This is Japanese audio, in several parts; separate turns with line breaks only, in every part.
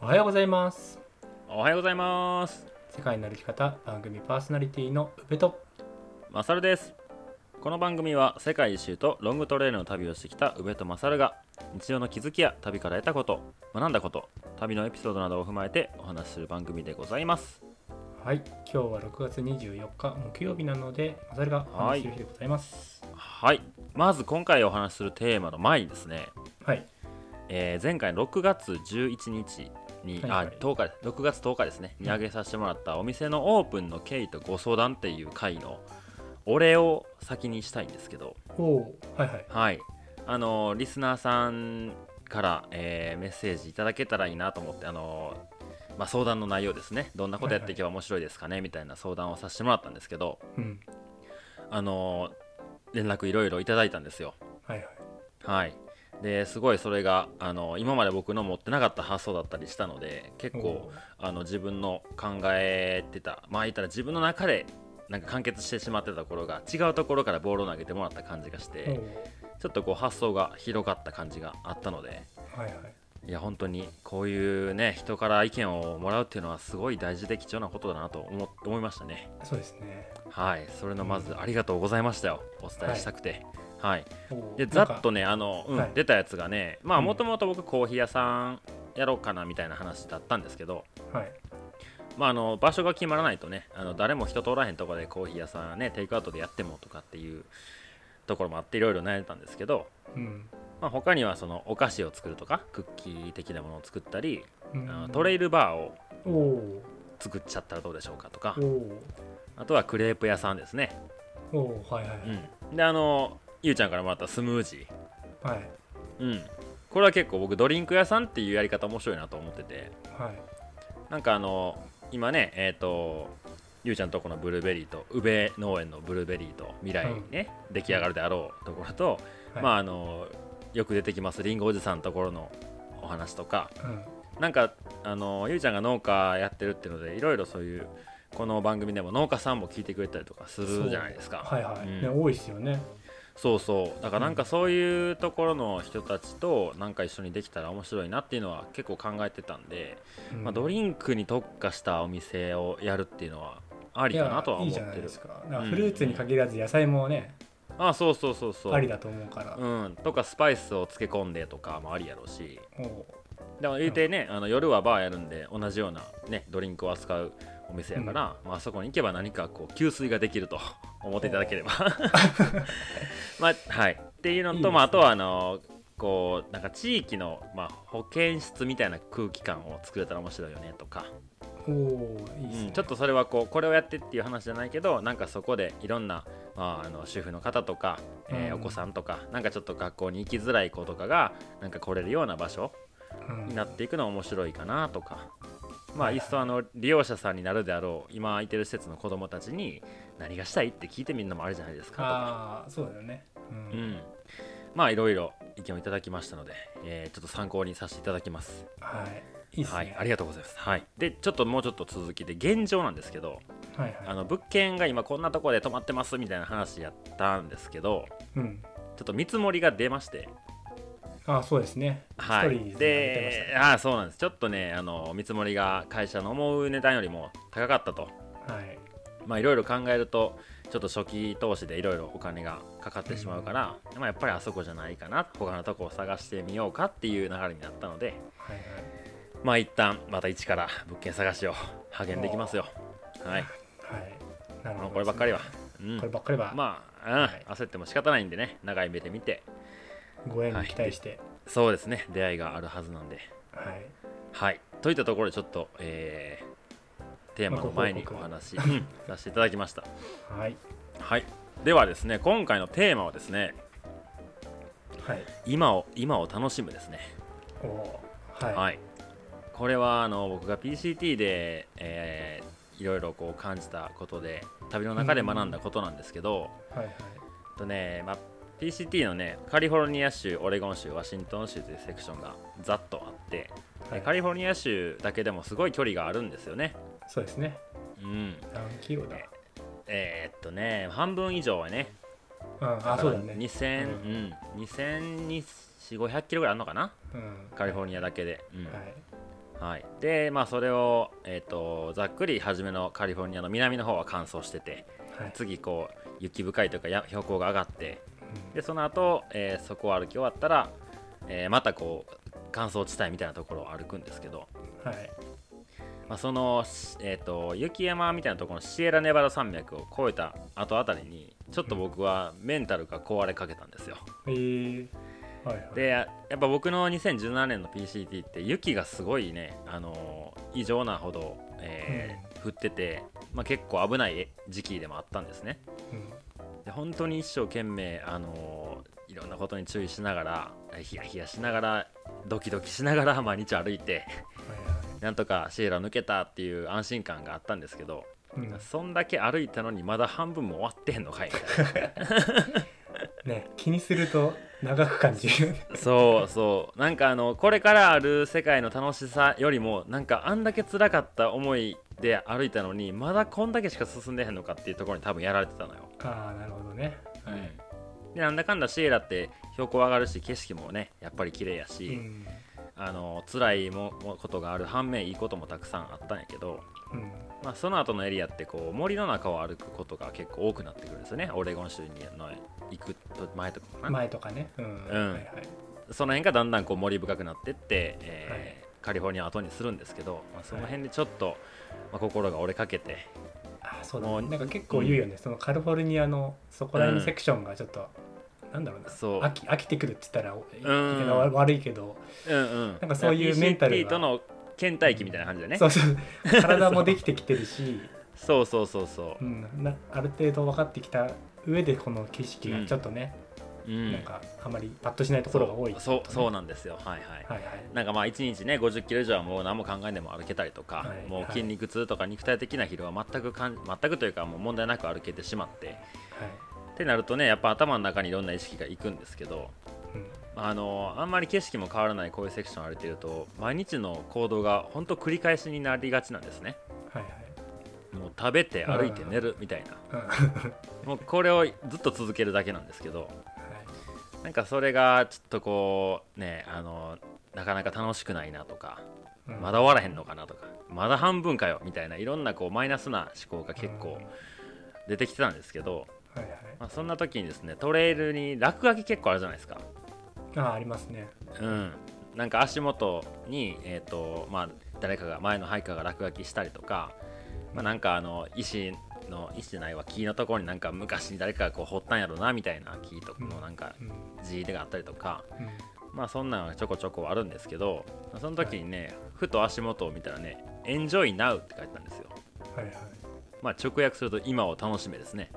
おはようございます
おはようございます
世界の歩き方番組パーソナリティの宇部と
マサルですこの番組は世界一周とロングトレイルの旅をしてきた宇部とマサルが日常の気づきや旅から得たこと学んだこと旅のエピソードなどを踏まえてお話しする番組でございます
はい今日は6月24日木曜日なのでマサルがお話しする日でございます
はいまず今回お話しするテーマの前にですね、
はい
えー前回6月11日に、
はいはい
あ10日です6月10日ですねに上げさせてもらったお店のオープンの経緯とご相談っていう回のお礼を先にしたいんですけど
おおーはいはい
はい、あのリスナーさんから、えーメッセージいただけたらいいなと思って、あのまあ、相談の内容ですねどんなことやっていけば面白いですかねみたいな相談をさせてもらったんですけど、
うん
あの連絡いろいろいただいたんですよ。
はいはい
はいですごいそれが、あの今まで僕の持ってなかった発想だったりしたので結構
おー
あの自分の考えてたまあ言ったら自分の中でなんか完結してしまってたところが違うところからボールを投げてもらった感じがして、
おー
ちょっとこう発想が広がった感じがあったので
はいはい
いや本当にこういうね人から意見をもらうっていうのはすごい大事で貴重なことだなと思思いましたね
そうですね
はいそれのまずありがとうございましたよお伝えしたくてはい、
おー
で
な
ざ
んか
っとねあの、うん
はい
出たやつがねまあ
うん
もともと僕コーヒー屋さんやろうかなみたいな話だったんですけど、
はい
まあ、あの場所が決まらないとねあの誰も人通らへんとこでコーヒー屋さんねテイクアウトでやってもとかっていうところもあっていろいろ悩んでたんですけど
うん
まあ、他にはそのお菓子を作るとかクッキー的なものを作ったり、
うん
あのトレイルバーを
おお
作っちゃったらどうでしょうかとか
おー
あとはクレープ屋さんですね、
おおはいはい
うん、であのゆうちゃんからもらったスムージ
はい
ー、うん、これは結構僕ドリンク屋さんっていうやり方面白いなと思ってて
はい
なんかあの今ねえっ、とゆうちゃんとこのブルーベリーと宇部農園のブルーベリーと未来ね、出来上がるであろうところと、
はい
まああのよく出てきますりんごおじさんのところのお話とか
うん
なんかあのゆうちゃんが農家やってるっていうのでいろいろそういうこの番組でも農家さんも聞いてくれたりとかするじゃないですか
はいはい
うん
ね多いですよね
そうそうだからなんかそういうところの人たちとなんか一緒にできたら面白いなっていうのは結構考えてたんで、まあ、ド
ン
リンクに特化したお店をやるっていうのはありかなとは思って
いやいいじゃない
る
ですかだからフルーツに限らず野菜もね
あそうそうそうそう
ありだと思うから
うん、とかスパイスを漬け込んでとかもありやろうし
おお
でも言うてね、あの夜はバーやるんで同じような、ね、ドリンクを扱うお店やから、まああそこに行けば何かこう給水がで きると思っていただければ、 まあはい、っていうのと
いいですね
まあ、あとはあのこうなんか地域の、まあ、保健室みたいな空気感を作れたら面白いよねとか、
おおいいですね、
うんちょっとそれはこうこれをやってっていう話じゃないけどなんかそこでいろんな、まあ、あの主婦の方とか、えー
うん
お子さんとかなんかちょっと学校に行きづらい子とかがなんか来れるような場所
うん
になっていくのは面白いかなとか、まあ、
はい
いっそあの利用者さんになるであろう今空いてる施設の子どもたちに何がしたいって聞いてみるのもあるじゃないですか
ああそうだよねう、
とか、うんん、まあいろいろ意見をいただきましたので、えーちょっと参考にさせていただきます
はいいいっすね、
はい、ありがとうございます、はい、でちょっともうちょっと続きで現状なんですけど
はいはい
あの物件が今こんなところで泊まってますみたいな話やったんですけど
うん
ちょっと見積もりが出まして
ああそうですね
は
一人
い、
で
で
や
ああそうなんですちょっとねあの見積もりが会社の思う値段よりも高かったと
はい
まあいろいろ考えるとちょっと初期投資でいろいろお金がかかってしまうから、まあ、やっぱりあそこじゃないかな他のとこを探してみようかっていう流れになったので
はい
まあ一旦また一から物件探しを励んでいきますよはい
はいはいなるほど、
もうこればっかりは、う
これ
ん、
ばっかりは、
まあ、うん
はい
焦っても仕方ないんでね長い目で見て
ご縁に期待して
そうですね出会いがあるはずなんで
はい、
はい、といったところでちょっと、えーテーマの前に
まあ
お
ご報
話、うんさせていただきました。
はい
はい、ではですね、今回のテーマはですね、
はい
今を今を楽しむですね。
おおーはい、
はい、これはあの僕が PCT で、えーいろいろこう感じたことで旅の中で学んだことなんですけど、
はいはい
とね、まあ PCT のねカリフォルニア州、オレゴン州、ワシントン州というセクションがざっとあって、
はい
カリフォルニア州だけでもすごい距離があるんですよね。
そうですね
うん、
何キロだ
えーっとね半分以上はね
うんあそうだね
2000、うん、2 0 0 0 5 0 0キロぐらいあるのかな
うん
カリフォルニアだけで、うん
はい
はいはい、でまあそれを、えー、とざっくり初めのカリフォルニアの南の方は乾燥してて
はい、
次こう雪深いというかや標高が上がって
うん
でその後、えーそこを歩き終わったら、えーまたこう乾燥地帯みたいなところを歩くんですけど、
はい
まあ、その、しえー、と雪山みたいなところのシエラネバダ山脈を越えた後あたりにちょっと僕はメンタルが壊れかけたんですよ。
えー、はいはい
でやっぱ僕の2017年の PCT って雪がすごいね、あのー異常なほど、えー降ってて、まあ、結構危ない時期でもあったんですね
うん
で本当に一生懸命、あのーいろんなことに注意しながらえーヒヤヒヤしながらドキドキしながら毎日歩いて
はいは
なんとかシエラ抜けたっていう安心感があったんですけど、
いうん
そんだけ歩いたのにまだ半分も終わってんのかいみたいな
ね気にすると長く感じ る
そうそうなんかあのこれからある世界の楽しさよりもなんかあんだけ辛かった思いで歩いたのにまだこんだけしか進んでへんのかっていうところに多分やられてたのよ、
ああなるほどねはい、
でなんだかんだシエラって標高上がるし景色もねやっぱり綺麗やし、
うん
あの辛いももことがある反面いいこともたくさんあったんやけど、
うん
まあ、その後のエリアってこう森の中を歩くことが結構多くなってくるんですよねオレゴン州にの行くと前とかかな、
前とかねうん、
うん
はいはい
その辺がだんだんこう森深くなってって、えーカリフォルニアを後にするんですけど、まあ、その辺でちょっと、まあ、心が折れかけて
あーそうだ
も
ね
う
なんか結構言うよね、そのカリフォルニアのそこら辺のセクションがちょっと、なんだろうな
そう
飽き飽きてくるって言ったら、言い
ん
方は悪いけど、
うんうん
なんかそういうメンタルが
PCT との倦怠期みたいな感じでね、
そうそう体もできてきてるし、、
そうそうそうそううん
なある程度分かってきた上でこの景色がちょっとね、
うん
なんかあまりパッとしないところが多い、
そうそうそう
は
なんですよはいはい
いはい
なんかまあ1日ね50キロ以上はもう何も考えんでも歩けたりとか、
はい
もう筋肉痛とか肉体的な疲労は全くかん全くというかもう問題なく歩けてしまってってなるとねやっぱ頭の中にいろんな意識がいくんですけど
はい、うん
あのあんまり景色も変わらないこういうセクションを歩いてると毎日の行動が本当繰り返しになりがちなんですね
はい
もう食べて歩いて寝るみたいな
はい、うん
もうこれをずっと続けるだけなんですけど
はい
なんかそれがちょっとこうねあのなかなか楽しくないなとか
うん
まだ終わらへんのかなとかまだ半分かよみたいないろんなこうマイナスな思考が結
うん
構
はい
出てきてたんですけど、
はい、
まあ、そんな時にですねトレイルに落書き結構あるじゃないですか。
ああありますね
うん、なんか足元に、えーとまあ、誰かが前のハイカーが落書きしたりとか、まあ、なんかあの石の石じゃないわ木のところになんか昔に誰かがこう掘ったんやろなみたいな木とかのなんか
うんうん
字があったりとか、まあ、そんなのがちょこちょこあるんですけどその時にねふと足元を見たらね「Enjoy Now」って書いてたんですよ。
はいはい
まあ、直訳すると今を楽しめですね。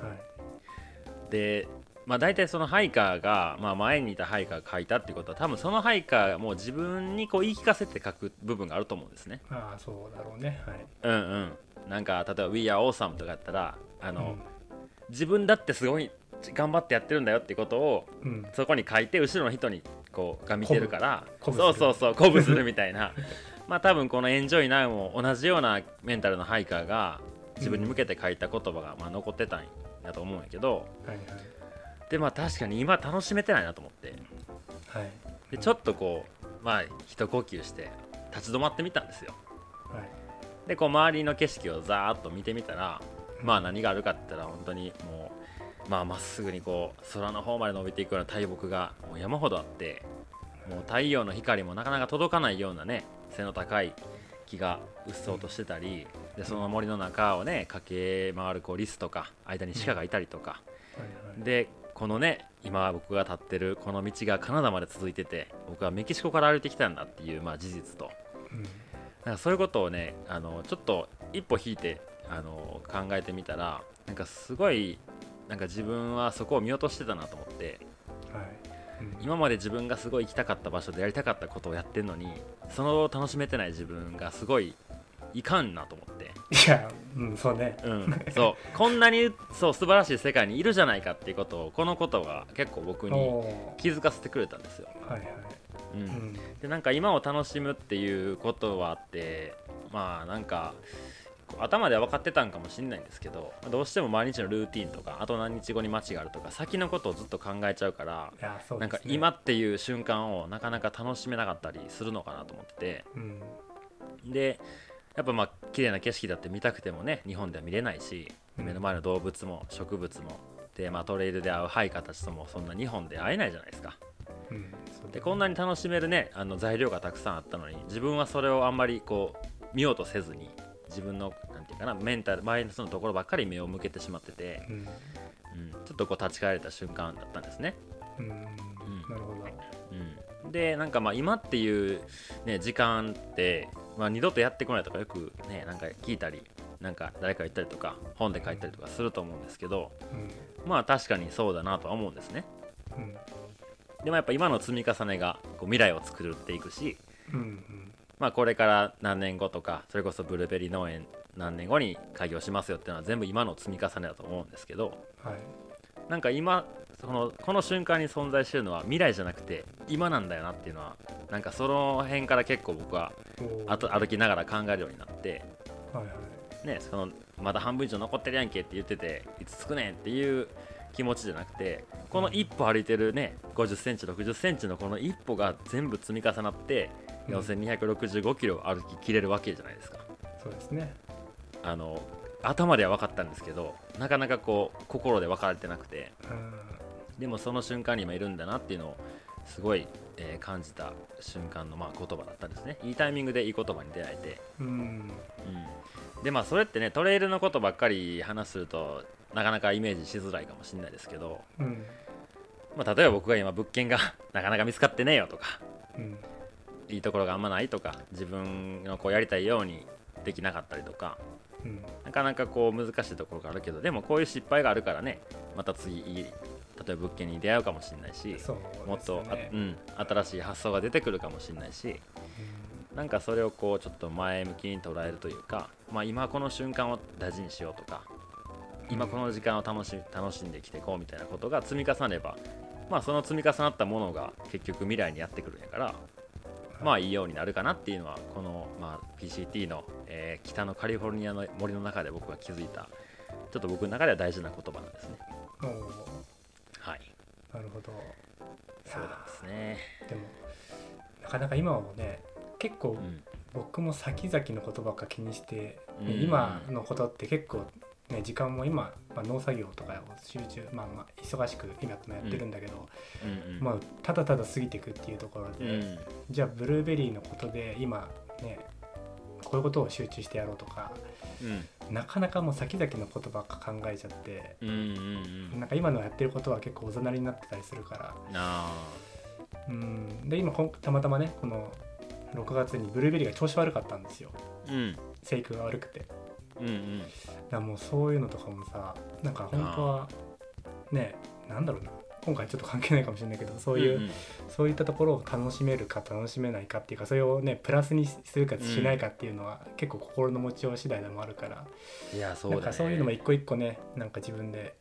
はい
で、まあ、大体そのハイカーが、まあ、前にいたハイカーが書いたってことは多分そのハイカーがもう自分にこう言い聞かせて書く部分があると思うんですね。
ああそうだろうねはい
うんうん、なんか例えば「We are awesome」とかだったらあ
う
の、
ん
自分だってすごい頑張ってやってるんだよってことを
うん
そこに書いて後ろの人にこうが見てるから
鼓
そう
舞
そうそう鼓舞するみたいな まあ多分この「Enjoy Now」も同じようなメンタルのハイカーが自分に向けて書いた言葉が、まあ、残ってたんやと思うんやけど。
はいはい
でまあ確かに今楽しめてないなと思って
はい
でちょっとこうまあ一呼吸して立ち止まってみたんですよ
はい
でこう周りの景色をざーっと見てみたらまあ何があるかって言ったら本当にもうまあまっすぐにこう空の方まで伸びていくような大木がもう山ほどあってもう太陽の光もなかなか届かないようなね背の高い木がうっそうとしてたりでその森の中をね駆け回るこうリスとか間に鹿がいたりとか、
はいはい
でこのね今僕が立ってるこの道がカナダまで続いてて僕はメキシコから歩いてきたんだっていう、まあ、事実と
うん
なんかそういうことをねあのちょっと一歩引いてあの考えてみたらなんかすごいなんか自分はそこを見落としてたなと思って
はいうん
今まで自分がすごい行きたかった場所でやりたかったことをやってんのにその楽しめてない自分がすごいいかんなと思って
いやうんそうね
うん、そうこんなにそう素晴らしい世界にいるじゃないかっていうことをこのことが結構僕
お
に
お
気づかせてくれたんですよ。
ーはいはい
うん
うん
でなんか今を楽しむっていうことはあってまあなんかこう頭では分かってたんかもしれないんですけどどうしても毎日のルーティンとかあと何日後に街があるとか先のことをずっと考えちゃうから。
いやそう
な
ですね
んか今っていう瞬間をなかなか楽しめなかったりするのかなと思ってて
うん
でやっぱまあ綺麗な景色だって見たくてもね日本では見れないし
うん
目の前の動物も植物もで、まあ、トレイルで会うハイカーたちともそんな日本で会えないじゃないですか
うんそう
でこんなに楽しめるねあの材料がたくさんあったのに自分はそれをあんまりこう見ようとせずに自分のなんていうかなメンタルマイナスのところばっかり目を向けてしまってて、
うん、
うん、ちょっとこう立ち返れた瞬間だったんですね。
うん、なるほど
うん、でなんかまあ今っていう、ね、時間って、まあ、二度とやってこないとかよくねなんか聞いたりなんか誰か言ったりとか本で書いたりとかすると思うんですけどまあ確かにそうだなとは思うんですね。
うんうん
でもやっぱ今の積み重ねがこう未来を作っていくし、
うん
まあ、これから何年後とかそれこそブルーベリー農園何年後に開業しますよっていうのは全部今の積み重ねだと思うんですけど
うんはい
なんか今そのこの瞬間に存在してるのは未来じゃなくて今なんだよなっていうのはなんかその辺から結構僕は
おー
あと歩きながら考えるようになって、
はいはい
ね、そのまだ半分以上残ってるやんけって言ってていつ着くねんっていう気持ちじゃなくてこの一歩歩いてるね5 0センチ6 0センチのこの一歩が全部積み重なって
うん
4265キロを歩ききれるわけじゃないですか。
そうですね
あの頭では分かったんですけどなかなかこう心で分かれてなくて
うん
でもその瞬間に今いるんだなっていうのをすごい、えー感じた瞬間の、まあ、言葉だったんですねいいタイミングでいい言葉に出会えて、
うん
うん、でまあそれってねトレイルのことばっかり話するとなかなかイメージしづらいかもしれないですけど、
うん
まあ、例えば僕が今物件が なかなか見つかってねえよとか
うん
いいところがあんまないとか自分のこうやりたいようにできなかったりとか
うん
なかなかこう難しいところがあるけどでもこういう失敗があるからねまた次いい例えば物件に出会うかもしれないし、
そう
もっ
ですよ
と、あ
ね
うん、新しい発想が出てくるかもしれないしなんかそれをこうちょっと前向きに捉えるというか、まあ、今この瞬間を大事にしようとか今この時間を楽し楽しんで生きていこうみたいなことが積み重ねれば、まあ、その積み重なったものが結局未来にやってくるんやから。まあいいようになるかなっていうのはこの、まあ、PCT の、えー北のカリフォルニアの森の中で僕が気づいたちょっと僕の中では大事な言葉なんですね
おー
はい
なるほど
そうなんですね
でもなかなか今はね結構
うん
僕も先々のことばっか気にして、ね
うん
今のことって結構、ね、時間も今、まあ、農作業とかを集中、まあ、まあ忙しく今もやってるんだけど、
うんうん
まあ、ただただ過ぎていくっていうところ
う
で、
ん
じゃあブルーベリーのことで今ねこういうことを集中してやろうとか
うん
なかなかもう先々のことばっか考えちゃって。
うんうんうん
なんか今のやってることは結構おざなりになってたりするから、
あ
うんで今こんたまたまねこの6月にブルーベリーが調子悪かったんですよ
ーうん
生育が悪くてだか
うんうん
らもうそういうのとかもさなんか本当はねなんだろうな今回ちょっと関係ないかもしれないけどそういう、
んん
そういったところを楽しめるか楽しめないかっていうかそれをねプラスにするかしないかっていうのは、結構心の持ちよう次第でもあるから
いやそう
な
だ、
ん
ね、
かそういうのも一個一個ねなんか自分で、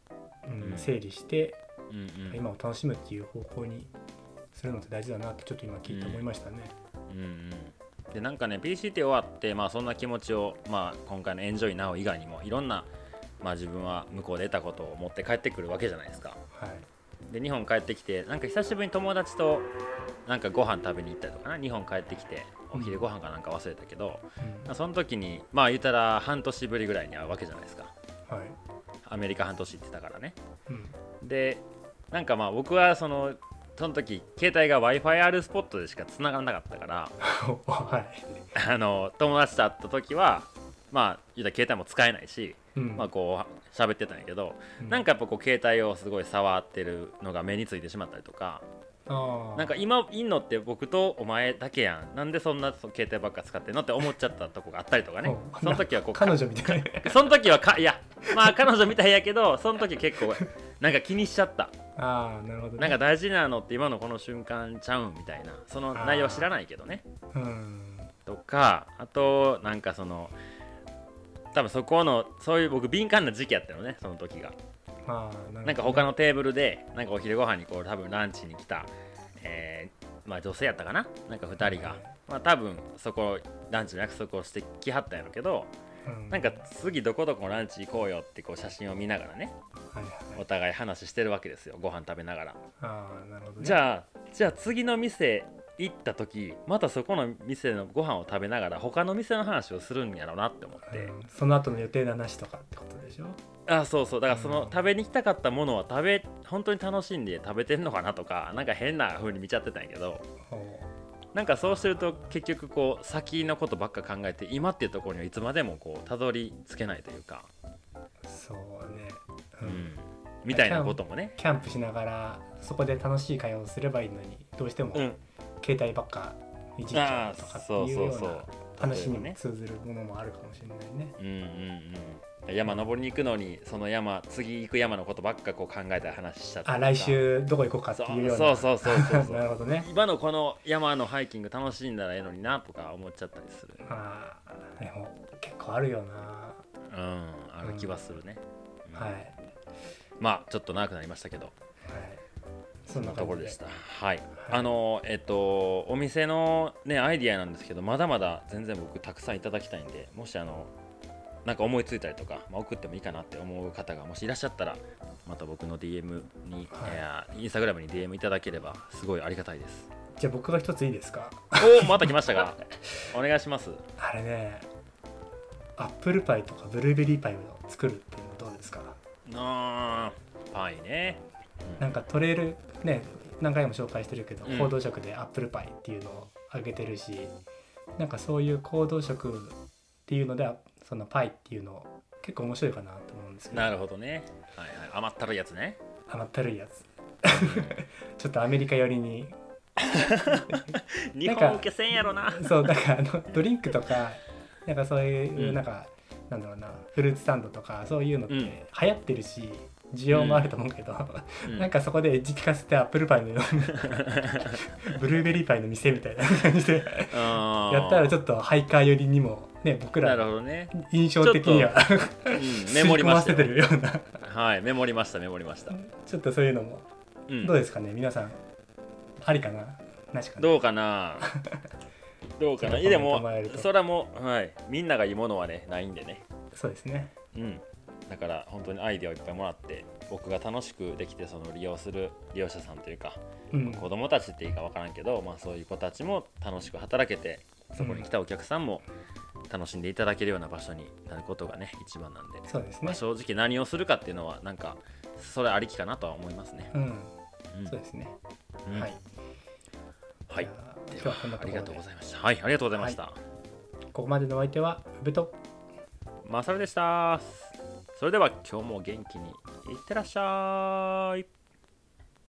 う
うんん、整理して
うんうん
今を楽しむっていう方向にするのって大事だなってちょっと今聞いて思いましたね。
うんうんでなんかね PCT 終わって、まあ、そんな気持ちを、まあ、今回の「エンジョイナウ以外にもいろんな、まあ、自分は向こうで得たことを持って帰ってくるわけじゃないですか
はい、
で日本帰ってきてなんか久しぶりに友達となんかご飯食べに行ったりとかな日本帰ってきてお昼ご飯かなんか忘れたけど、
うん
まあその時にまあ言うたら半年ぶりぐらいに会うわけじゃないですか
はい
アメリカ半年行ってたからね
うん
でなんかまあ僕はそのその時携帯が w i f i あるスポットでしか繋がらなかったから
はい。
あの友達と会った時はまあ言うたら携帯も使えないし、
うん
まあ、こう喋ってたんやけど、
う
なんかやっぱこう携帯をすごい触ってるのが目についてしまったりとか
あー
なんか今いんのって僕とお前だけやんなんでそんなそ携帯ばっか使ってんのって思っちゃったとこがあったりとかね
うん
その時はこう
彼女みたいな。
その時はかいやまあ彼女みたいやけどその時結構なんか気にしちゃった
ああなるほど、
な
ね。
んか大事なのって今のこの瞬間ちゃうんみたいなその内容は知らないけどね
うん
とかあとなんかその多分そこのそういう僕敏感な時期やったのねその時が
あーなるほどね
なんか他のテーブルでなんかお昼ご飯にこう多分ランチに来た、えーまあ、女性やったかななんか2人が、まあ、多分そこランチの約束をしてきはったんやろうけど
うん
なんか次どこどこのランチ行こうよってこう写真を見ながらね
はいは
お
い。
互い話してるわけですよご飯食べながら
ああなるほど、ね。
じゃあじゃあ次の店行った時またそこの店のご飯を食べながら他の店の話をするんやろうなって思って、
うんその後の予定の話とかってことでしょ
あそうそうだからその
うん
食べに行きたかったものは食べ本当に楽しんで食べてんのかなとかなんか変な風に見ちゃってたんやけど
ほ
なんかそうすると結局こう先のことばっか考えて今っていうところにはいつまでもこうたどり着けないというか、
うそうね、う
うんん、みたいなこともね、
キャンプしながらそこで楽しい会話をすればいいのにどうしても
うん、
携帯ばっかいじっちゃうとかっていうよ
あーそう
う
そうそう
な話に
例えば
も
ね
通ずるものもあるかもしれないね。
うんうんうん山登りに行くのにその山次行く山のことばっかこう考えたり話しちゃった
あ
りとか
来週どこ行こうかって
そう
いうような
そうそうそうそうそ う
なるほどね。
今のこの山のハイキング楽しんだらええのになとか思っちゃったりする
あーでも結構あるよな。
うんある気はするね、うん
はいはい。
まあちょっと長くなりましたけど
そんな
と
感
こ
じ
ろ
で
でしたはいあのえっとお店のねアイディアなんですけどまだまだ全然僕たくさんいただきたいんでもしあのなんか思いついたりとか、まあ、送ってもいいかなって思う方がもしいらっしゃったらまた僕の DM に、
はい
いやインスタグラムに DM いただければすごいありがたいです
じゃあ僕が一ついいですか。
おおまた来ました がお願いします
あれねアップルパイとかブルーベリーパイを作るっていうのどうですか
あーパイね、う
なんかトレイルね何回も紹介してるけど、
うん
行動食でアップルパイっていうのをあげてるしなんかそういう行動食っていうのでそのパイっていうの結構面白いかなと思うんですけど
なるほどね、はいはい、甘ったるいやつね
甘ったるいやつ ちょっとアメリカ寄りに
日本受けせんやろな
そうだからあ のドリンクとかなんかそういううんなんか、なんだろうなフルーツサンドとかそういうのって
うん
流行ってるし、需要もあると思うけど、
うん
なんかそこでエッジ聞かせてアップルパイのよ うなブルーベリーパイの店みたいな感じで
あー
やったらちょっとハイカー寄りにもね僕
なる
ら
ほどね、
印象的には
うん、
吸
メ
い
モり
込ま
まし
せ
た
て
よ
るような
はい、メモりました、メモりました。
ちょっとそういうのも
うん
どうですかね皆さんありかななしかな
どう かなどうか
ちょ
な
っと
いやで
コ
も
メントもらえると、
それはもう、はい、みんながいいものはね、ないんでね。
そうですね
うん。だから、本当にアイデアをいっぱいもらって、僕が楽しくできて、その利用する利用者さんというか、
うん
子供たちっていいかわからんけど、まあ、そういう子たちも楽しく働けて、そこに来たお客さんも楽しんでいただけるような場所になることがね、一番なんで。
そうです
まあ、
ね
正直何をするかっていうのはなんかそれありきかなとは思いますね。
うん
うん
そうですね
うん
はい
はい
じゃあ今日
では
はこんな
あ
と
り
こ
が
ろ
と
で
うございました。はい、ありがとうございました。
ここまでのお相手は宇部と
マサルでした。それでは今日も元気にいってらっしゃい。